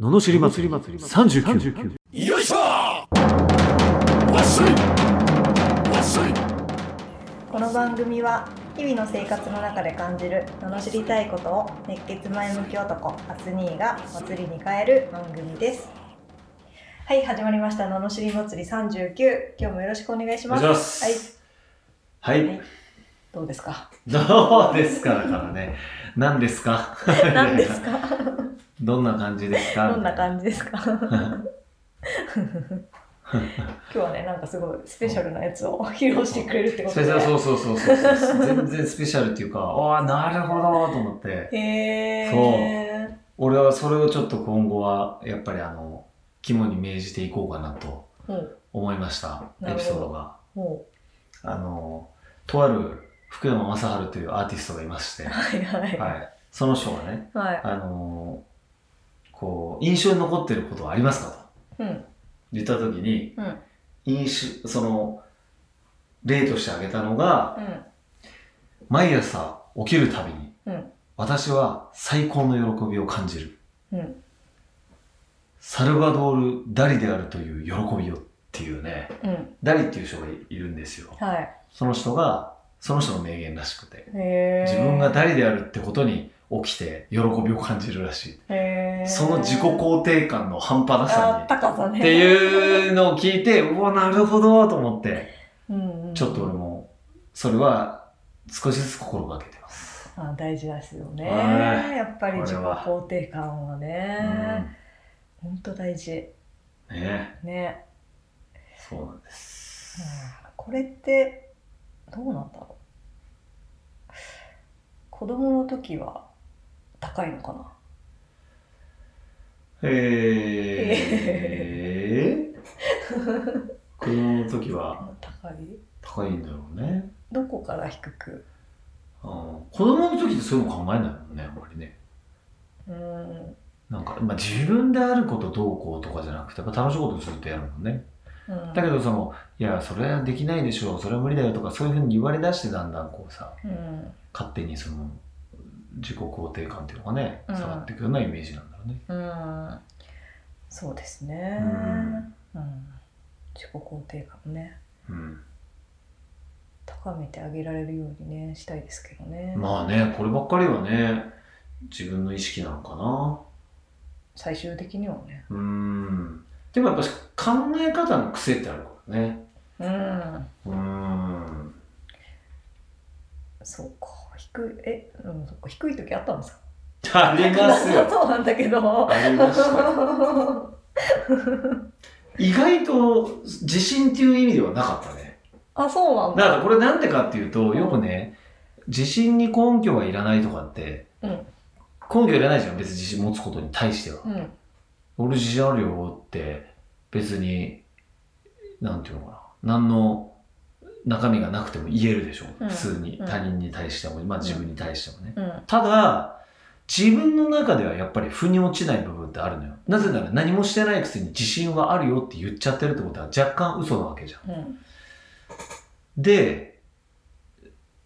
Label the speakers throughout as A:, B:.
A: ののしり祭り39
B: よいしょわっしょいわっしょい
C: この番組は日々の生活の中で感じる罵りたいことを熱血前向き男アツニーが祭りに変える番組ですはい始まりました罵り祭り39今日もよろしくお願いします
A: はい、
C: はい、はい、どうです か
A: どうですかだからね何ですか
C: 何ですか
A: どんな感じですか
C: どんな感じ ですか今日はねなんかすごいスペシャルなやつを 披露してくれるってこ
A: ス
C: と
A: ペ
C: で
A: シャルそうそうそうそうそう全然スペシャルっていうかああなるほどと思って
C: へー
A: 俺はそれをちょっと今後はやっぱりあの肝に銘じていこうかなと
C: うん
A: 思いました
C: な
A: エ
C: るほど
A: ピソードが
C: も
A: あのとある福山雅治というアーティストがいまして、
C: うはいはいは
A: はい、その人がね
C: い、はい
A: あのこう印象に残ってることはありますかと
C: うん
A: 言った時に
C: うん
A: 印象その例として挙げたのが
C: うん
A: 毎朝起きるたびに、
C: うん
A: 私は最高の喜びを感じる
C: うん
A: サルバドール・ダリであるという喜びをっていうね
C: うん
A: ダリっていう人がいるんですよ
C: はい
A: その人がその人の名言らしくて
C: へー
A: 自分がダリであるってことに起きて喜びを感じるらしい
C: へー
A: その自己肯定感の半端なさ
C: あ
A: に
C: 高さね
A: って
C: う、
A: いうのを聞いて、うわ、なるほどと思って、
C: うんうん、
A: ちょっと俺も、それは少しずつ心がけてます。
C: あ大事ですよね
A: はい
C: やっぱり自己
A: これは
C: 肯定感は
A: うん
C: ね、本当大事
A: ね
C: ね
A: そうなんです。
C: これってどうなんだろう子供の時は高いのかな
A: えー、子供の時は
C: 高い
A: 高いんだろうね。
C: どこから低く
A: うん、子供の時ってそういうの考えないもんね、あんまりね。
C: うーん
A: なんか、まあ、自分であることどうこうとかじゃなくて、やっぱ楽しいことずっとやるもんね。
C: うん
A: だけどその、いや、それはできないでしょう、それは無理だよとか、そういうふうに言われ出して、だんだんこうさ、
C: うん
A: 勝手にその、自己肯定感っていうのがね、
C: う
A: 下
C: ん
A: がっていくようなイメージなんだろうね。
C: うんそうですね
A: うん
C: うん自己肯定感もね
A: うん。
C: 高めてあげられるようにねしたいですけどね、
A: まあね、こればっかりはね、自分の意識なのかな。
C: 最終的にはね
A: うん。でもやっぱし考え方の癖ってあるからね。
C: うん
A: うん。
C: そうか低いえ、うん、そっか低い時あったんですか
A: ありますよ。
C: そうなんだけど
A: ありました。意外と自信っていう意味ではなかったね。
C: あ、そうなん
A: だ
C: だ。
A: からこれなんでかっていうと、よくね、自信に根拠はいらないとかって、
C: うん
A: 根拠いらないじゃん、別に自信持つことに対しては。
C: うん。
A: 俺自信あるよって、別に、なんていうのかな、何の中身がなくても言えるでしょ、
C: うん
A: 普通に。
C: うん
A: 他人に対しても、まあ自分に対してもね。
C: うん。
A: ただ、自分の中ではやっぱり腑に落ちない部分ってあるのよ。なぜなら何もしてないくせに自信はあるよって言っちゃってるってことは若干嘘なわけじゃん。
C: うん。
A: で、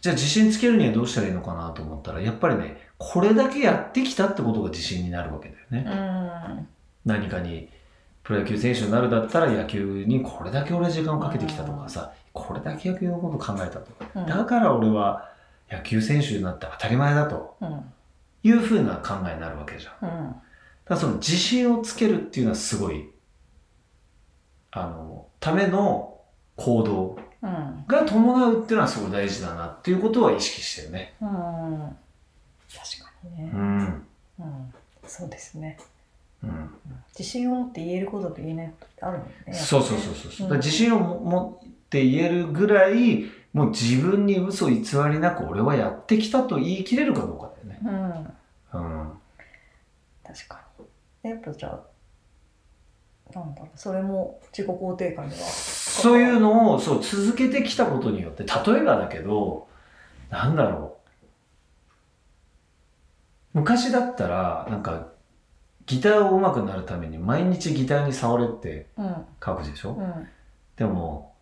A: じゃあ自信つけるにはどうしたらいいのかなと思ったら、やっぱりね、これだけやってきたってことが自信になるわけだよね。
C: うん。
A: 何かに、プロ野球選手になるだったら野球にこれだけ俺は時間をかけてきたとかさ、これだけ野球のこと考えたと。
C: うん。
A: だから俺は野球選手になって当たり前だと
C: うん。
A: いうふうな考えになるわけじゃん。だ
C: うん。
A: からその自信をつけるっていうのはすごい、あの、ための行動
C: うん。
A: が伴うっていうのはすごい大事だなっていうことは意識してるね。
C: うん。確かにね。
A: ん。
C: うん。そうですね。
A: うん、
C: 自信を持って言えることと言えないことってあるもんね。やっぱね
A: そうそうそうそう。だ
C: うん
A: から自信をも持って言えるぐらい、もう自分に嘘偽りなく俺はやってきたと言い切れるかどうかだよね。
C: う
A: う
C: ん。
A: ん。
C: 確かに。でやっぱじゃあ、なんだろう、それも自己肯定感では。
A: そういうのをそう続けてきたことによって、例えばだけど、なんだろう。昔だったら、なんか、ギターを上手くなるために毎日ギターに触れって
C: うん。
A: 書くでしょ、
C: うん。
A: でも、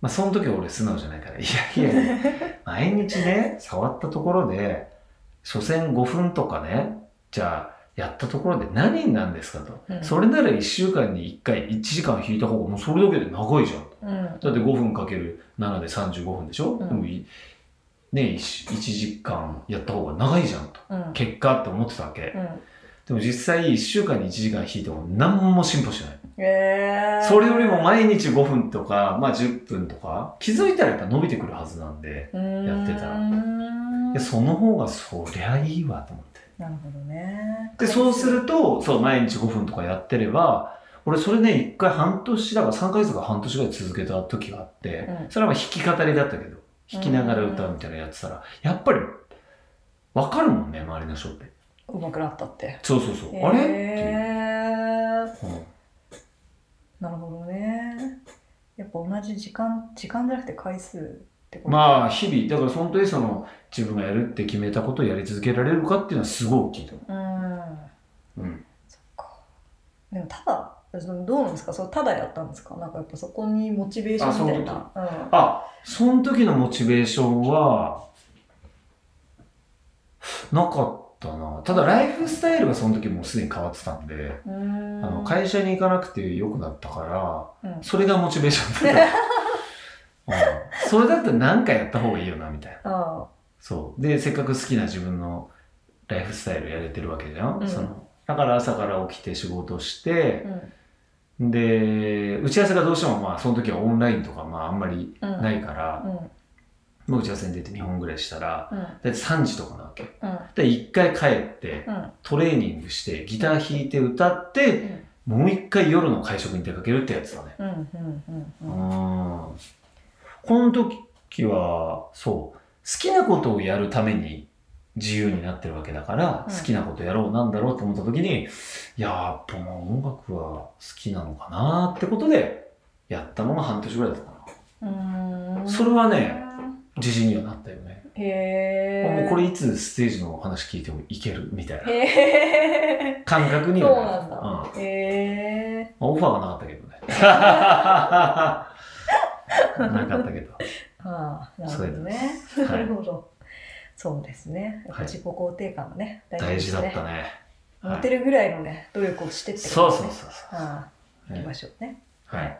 A: まあ、その時は俺素直じゃないから、いやいやいや、毎日ね、触ったところで、所詮5分とかね、じゃあ、やったところで何になんですかと、
C: うん
A: それなら1週間に1回1時間引いた方がもうそれだけで長いじゃん
C: うん
A: だって5分かける7で35分でしょ、
C: うん
A: でもいね 1, 時間やった方が長いじゃんと
C: うん
A: 結果って思ってたわけ、
C: う
A: でも実際1週間に1時間引いても何も進歩しない、
C: んえー、
A: それよりも毎日5分とか、まあ、10分とか気づいたらやっぱ伸びてくるはずなんでやってた
C: うーん
A: いやその方がそりゃいいわと思って
C: なるほどね
A: でそうするとそう毎日5分とかやってれば俺それね1回半年だから3ヶ月か半年ぐらい続けた時があって、
C: うん
A: それはまあ弾き語りだったけど弾きながら歌うみたいなのやってたらやっぱり分かるもんね周りの人って
C: うまくなったって
A: そうそうそう、あれっていう、
C: えー、
A: うん
C: なるほどねやっぱ同じ時間時間じゃなくて回数ってことあ
A: まあ日々だから本当にその自分がやるって決めたことをやり続けられるかっていうのはすごい大きいと思
C: うん
A: う、うん、
C: そっかでもただそのどうなんですかそれただやったんですかなんかやっぱそこにモチベーションみたいなう
A: あその時のモチベーションはなかったなただライフスタイルがその時もうすでに変わってたんで、
C: んうーん
A: あの会社に行かなくてよくなったから、
C: うん
A: それがモチベーションだっ た、うん、それだったら何かやった方がいいよなみたいな
C: あ
A: そう。で、せっかく好きな自分のライフスタイルやれてるわけじゃん、
C: うん
A: そのだから朝から起きて仕事して
C: う、ん
A: で、打ち合わせがどうしてもまあその時はオンラインとかまああんまり
C: うん
A: ないから、
C: うん
A: もう打ち合わせに出て2本ぐらいしたら、
C: うん
A: だいたい3時とかなわけ。
C: うん
A: で、1回帰って、
C: うん
A: トレーニングして、ギター弾いて歌って、もう1回夜の会食に出かけるってやつだね。
C: うんうんうん
A: う
C: うんうん
A: ん。この時は、そう、好きなことをやるために自由になってるわけだから、
C: うん
A: 好きなことやろうなんだろうと思った時に、いやー、やっぱまあ音楽は好きなのかなってことで、やったのが半年ぐらいだったか
C: うーん
A: な。それはね、自信にはなったよね。
C: へえ
A: もうこれいつステージのお話聞いてもいけるみたいな
C: へ
A: 感覚
C: え
A: に
C: そう
A: は
C: なん
A: うんま
C: だへえ
A: あオファーがなかったけ どね。なかったけど。
C: ああなるほどね
A: うです
C: な
A: はい
C: るほどそうですねやっぱ自己肯定感がね
A: 大
C: です
A: 事
C: ね
A: だったね。
C: モテるぐらいのね努力をしてって
A: そうそうそう
C: う
A: そう。
C: ああ
A: ね
C: 行きましょうね
A: はい。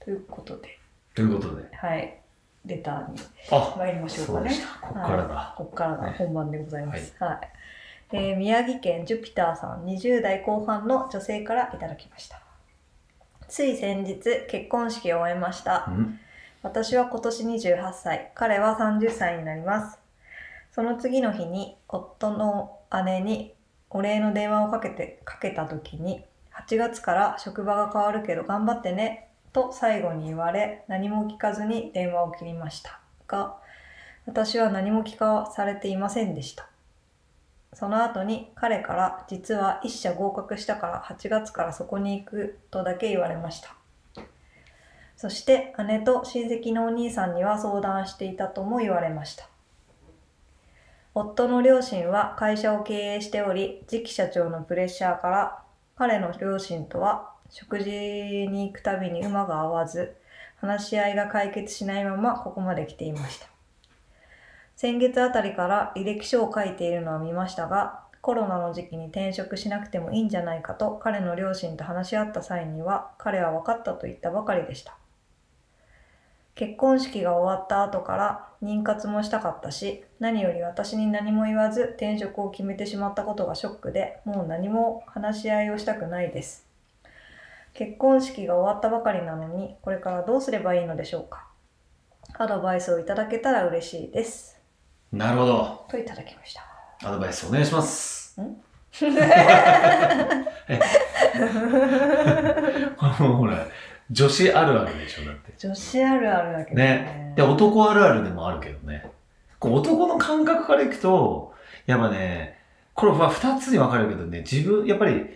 C: ということで
A: ということで。
C: はいレターに
A: あ
C: 参りましょう
A: そ
C: か
A: うで
C: ね
A: した。ここからだ。
C: ここからが
A: はい
C: 本番でございます。はい、えー宮城県ジュピターさん、20代後半の女性からいただきました。つい先日結婚式を終えました。
A: うん。
C: 私は今年28歳、彼は30歳になります。その次の日に夫の姉にお礼の電話をかけてかけた時に8月から職場が変わるけど頑張ってねと最後に言われ何も聞かずに電話を切りましたが私は何も聞かされていませんでしたその後に彼から実は1社合格したから8月からそこに行くとだけ言われましたそして姉と親戚のお兄さんには相談していたとも言われました夫の両親は会社を経営しており次期社長のプレッシャーから彼の両親とは食事に行くたびに馬が合わず話し合いが解決しないままここまで来ていました先月あたりから履歴書を書いているのは見ましたがコロナの時期に転職しなくてもいいんじゃないかと彼の両親と話し合った際には彼は分かったと言ったばかりでした結婚式が終わった後から妊活もしたかったし何より私に何も言わず転職を決めてしまったことがショックでもう何も話し合いをしたくないです結婚式が終わったばかりなのにこれからどうすればいいのでしょうかアドバイスをいただけたら嬉しいです
A: なるほど。
C: といただき ました
A: アドバイスお願いします。 ほら、女子あるあるでしょ、だって。
C: 女子あるあるだけど
A: ね。で、男あるあるでもあるけどね。こう男の感覚からいくと、やっぱね、これは二つに分かれるけどね、自分、やっぱり、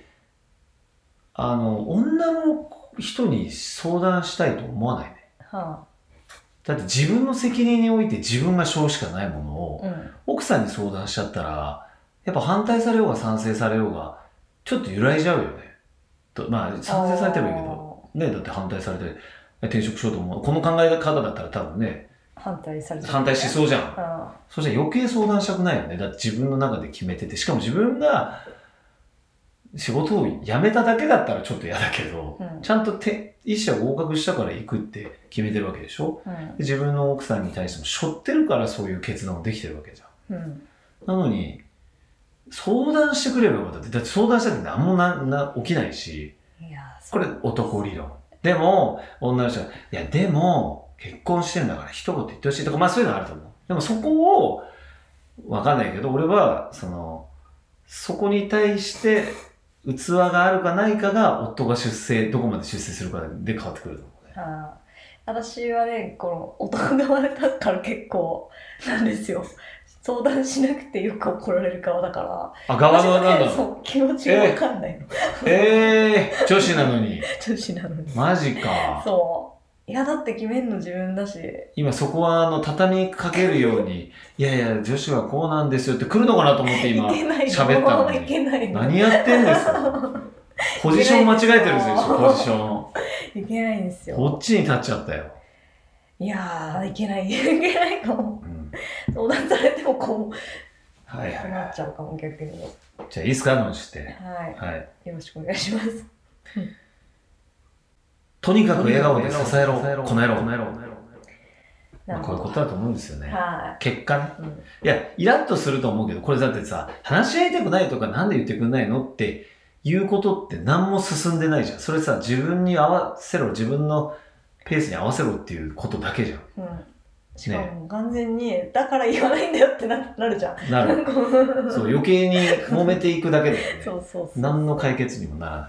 A: あの、女の人に相談したいと思わないね。
C: は
A: だって自分の責任において自分がしょうしかないもの
C: あ、
A: を、
C: うん
A: 奥さんに相談しちゃったら、やっぱ反対されようが賛成されようが、ちょっと揺らいじゃうよね。とまあ、賛成されてもいいけど、ね、だって反対されて、転職しようと思う。この考え方だったら多分ね、
C: 反対されてる
A: 反対しそうじゃん。
C: は
A: そしたら余計相談したくないよね。だって自分の中で決めてて。しかも自分が仕事を辞めただけだったらちょっと嫌だけど、
C: うん
A: ちゃんとて一社合格したから行くって決めてるわけでしょで自分の奥さんに対しても背負ってるからそういう決断をできてるわけじゃん。
C: うん
A: なのに、相談してくればよかったって。だって相談したって何もなな起きないし、
C: いやそ
A: こ
C: う
A: れ男理論。でも、女の人が、いや、でも、結婚してんだから一言言ってほしいとか、まあそういうのあると思う。でもそこを、わかんないけど、俺は、その、そこに対して、器があるかないかが、夫が出世、どこまで出世するかで変わってくると思うね。
C: あー私はねこの男側だから結構なんですよ相談しなくてよく怒られる側だから
A: あ、側のなん
C: 私
A: だ
C: ねそう気持ちが分かんないの、
A: ええー、女子なのに。
C: 女子なのに
A: マジか。
C: そういやだって決めんの自分だし
A: 今そこはあの畳みかけるように、いやいや、女子はこうなんですよって来るのかなと思って今
C: いけないの
A: 喋ったの
C: い
A: に。
C: けないの
A: 何やってんですかポジション間違えてるんですよ、ポジション。
C: いけないんですよ
A: こっちに立っちゃったよ。
C: いやーいけないいけないかも
A: うん、
C: 相談されてもこう
A: はいはい
C: な
A: は
C: っちゃうかも逆に
A: い。じゃあいいですか、のんして。
C: は
A: はい。
C: いよろしくお願いします
A: とにかく笑顔で支えろ、この野郎。ま
C: な
A: あ、
C: る
A: こ
C: ほ
A: うい
C: ど
A: うことだと思うんですよね。
C: は
A: 結果ね。
C: い、うん、
A: いや、イラッとすると思うけど、これだってさ、話し合いたくないとかなんで言ってくんないのっていうことって何も進んでないじゃん。それさ、自分に合わせろ、自分のペースに合わせろっていうことだけじゃん。
C: うん、しかも完全に、だから言わないんだよってななるじゃん
A: な る。
C: そ
A: そう、余計に揉めていくだけだよね。
C: そうそうそう
A: 何の解決にもならない。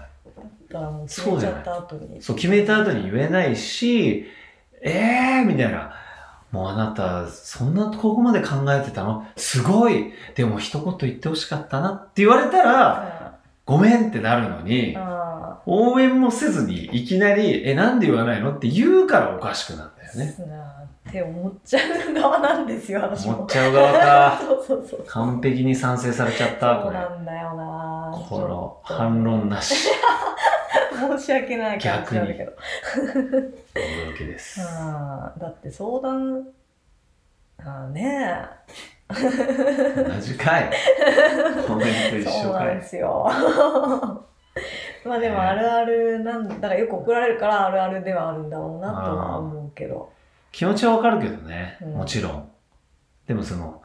C: だからもう決めちゃった後に
A: そう、決めた後に言えないし、えーみたいな。もうあなた、そんなここまで考えてたのすごいでも一言言ってほしかったなって言われたら、
C: あ
A: ごめんってなるのに、
C: あ
A: 応援もせずにいきなり「えなんで言わないの?」って言うからおかしくなったよ
C: ー、
A: ね
C: すなーって思っちゃう側なんですよ私
A: 思っ
C: も
A: ちゃう側か
C: そうそうそう
A: 完璧に賛成されちゃった
C: そ
A: こ
C: う
A: れ
C: なんだよなー
A: この反論なし
C: 申し訳ない感じなんだけど
A: 驚きです
C: あーだって相談あーね
A: 同じかいコメント
C: え
A: 一
C: そう
A: 緒
C: な
A: か
C: んで
A: い
C: すよまあでもあるあるなんだからよく怒られるからあるあるではあるんだろうなとは思うけど
A: 気持ちはわかるけどね
C: うん
A: もちろんでもその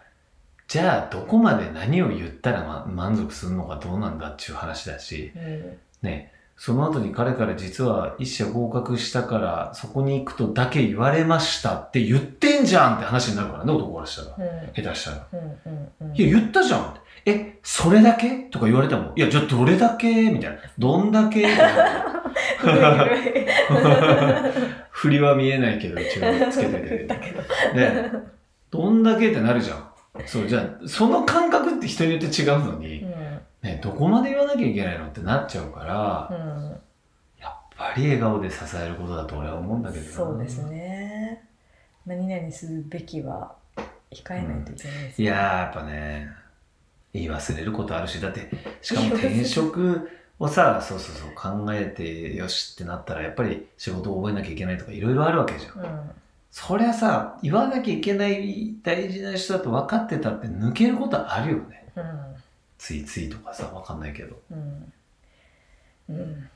A: じゃあどこまで何を言ったら、ま、満足するのかどうなんだっていう話だし
C: うん
A: ね、その後に彼から実は一社合格したからそこに行くとだけ言われましたって言ってんじゃんって話になるからね、男からしたら。
C: うん
A: 下手したら。
C: うんうんうん
A: いや、言ったじゃんって。え、それだけとか言われても、いや、じゃあどれだけみたいな。どんだけみたいな
C: 古い古い
A: 振りは見えないけど、一応つけてる
C: だけど。
A: ね。どんだけってなるじゃん。そう、じゃあ、その感覚って人によって違うの
C: う
A: に、
C: ん
A: ね、どこまで言わなきゃいけないのってなっちゃうから、
C: うん
A: やっぱり笑顔で支えることだと俺は思うんだけどな
C: そうですね。何々するべきは控えないといけないです
A: い
C: ね。
A: やーやっぱね言い忘れることあるしだってしかも転職をさそうそうそう考えてよしってなったらやっぱり仕事を覚えなきゃいけないとかいろいろあるわけじゃん
C: うん
A: そりゃさ言わなきゃいけない大事な人だと分かってたって抜けることはあるよね
C: うん
A: ついついとかさ分かんないけど
C: うんうん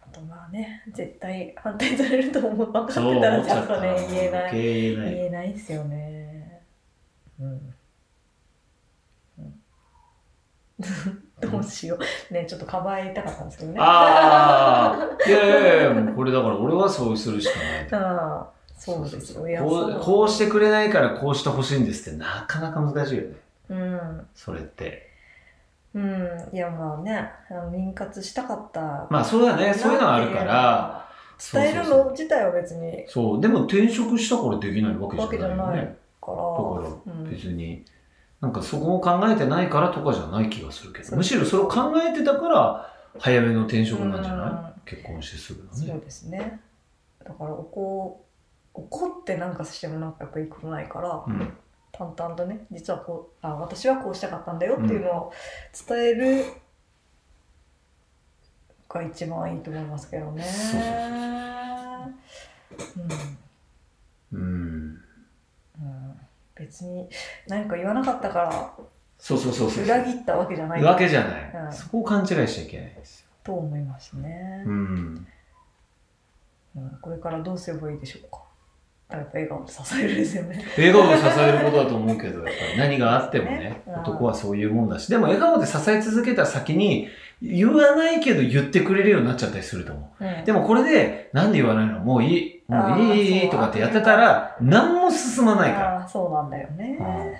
C: あとまあね、絶対反対されると思う分かってたらちゃんとね
A: そう思っ
C: 言え
A: たら余
C: な
A: 計言
C: い
A: えない
C: 言えないですよね。うん。うん、どうしよう。ねちょっとかばいたかったんですけどね。
A: ああいやいやいやもうこれだから俺はそうするしかないと
C: ああ、そうですよ。いや
A: こ
C: そう
A: こうしてくれないからこうしてほしいんですってなかなか難しいよね
C: うん、
A: それって
C: うん、いやまあね、あの妊活したかった。
A: まあそうだねそういうのがあるから
C: 伝える
A: そうそうそ
C: の
A: う
C: 自体は別に
A: そうでも転職したからできないわけじゃ
C: わけじゃ
A: な
C: ないい
A: よね
C: から。
A: だか
C: うん
A: ら別になんかそこを考えてないからとかじゃない気がするけ
C: そ
A: ど
C: う
A: むしろそれを考えてたから早めの転職なんじゃない結婚してすぐの
C: そ
A: ね
C: うですね。だからおこ怒ってなんかしてもなんかやっぱいいことないから、
A: うん
C: 淡々とね、実はこうあ私はこうしたかったんだよっていうのを伝える。が一番いいと思いますけどね。
A: そうそう
C: うん
A: うん
C: うん別に何か言わなかったから
A: そうそうそうそう。
C: 裏切ったわけじゃない
A: わけじゃない。
C: うん
A: そこを勘違いしちゃいけないんですよ。
C: と思いますね
A: う、ん。
C: うんこれからどうすればいいでしょうかやっぱ笑顔で支えるですよね
A: 笑顔で支えることだと思うけど、やっぱり何があってもね、
C: うん
A: 男はそういうもんだし、でも笑顔で支え続けた先に、言わないけど言ってくれるようになっちゃったりすると思う。で
C: も
A: もこれで、なんで言わないのもういい、もう
C: あー
A: いいい
C: そ
A: いうとかってやってたら、何も進まないか
C: そうなんだよね、
A: ら。うん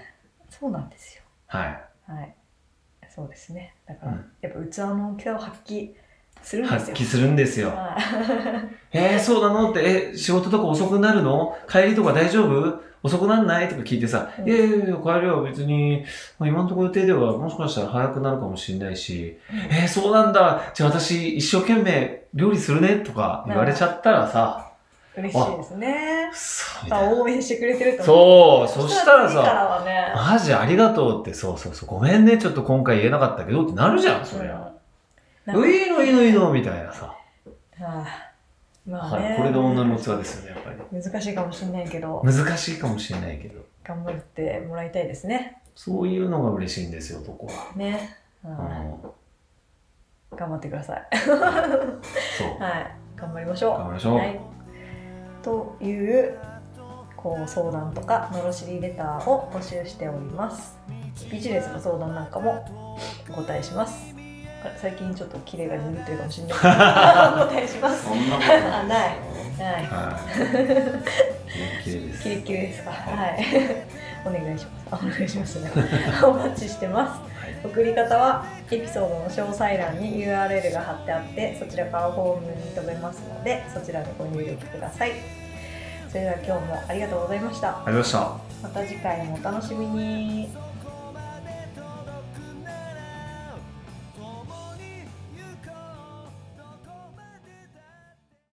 C: そうなんですよ
A: はい。
C: はいそうですねだから、
A: うん
C: やっぱ器の大きさを発揮するんです
A: 発
C: よ
A: 揮するんですよ。
C: はい
A: えー、そうなのって、え、仕事とか遅くなるの帰りとか大丈夫遅くなんないとか聞いてさ、
C: うん
A: いやいやいや、帰りは別に、まあ今のところ予定ではもしかしたら早くなるかもしれないし、えー、そうなんだ、じゃあ私一生懸命料理するねとか言われちゃったらさ、
C: 嬉しいですね
A: くそみたいな
C: 応援してくれてると思う
A: そう、そしたら
C: 次から
A: さ、
C: はね
A: マジありがとうって、そうそうそう、ごめんね、ちょっと今回言えなかったけどってなるじゃん、そりゃ。
C: うん
A: ういいのいいのいいのみたいなさ。
C: はいまあ
A: は
C: ね
A: い、これが女の器ですよね、やっぱり。
C: 難しいかもしれないけど
A: 難しいかもしれないけど。
C: 頑張ってもらいたいですね
A: そういうのが嬉しいんですよ、男は。
C: ね、う
A: うんん、
C: 頑張ってください
A: そう。頑
C: はい頑張りましょう
A: 張りましょう。
C: はい、というこう相談とかのろしりレターを募集しておりますビジネスの相談なんかもお答えしますあ最近ちょっとキレが鈍ってるかもしれないけどお答えします
A: そんなこ
C: あないはい
A: はい。綺麗です。
C: キレッキレですか
A: は
C: はいお願いしますあお願いしますねお待ちしてます
A: はい。
C: 送り方はエピソードの詳細欄に URL が貼ってあってそちらからフォームに飛べますのでそちらでご入力くださいそれでは今日もありがとうございました
A: ありがとうございました。
C: また次回もお楽しみに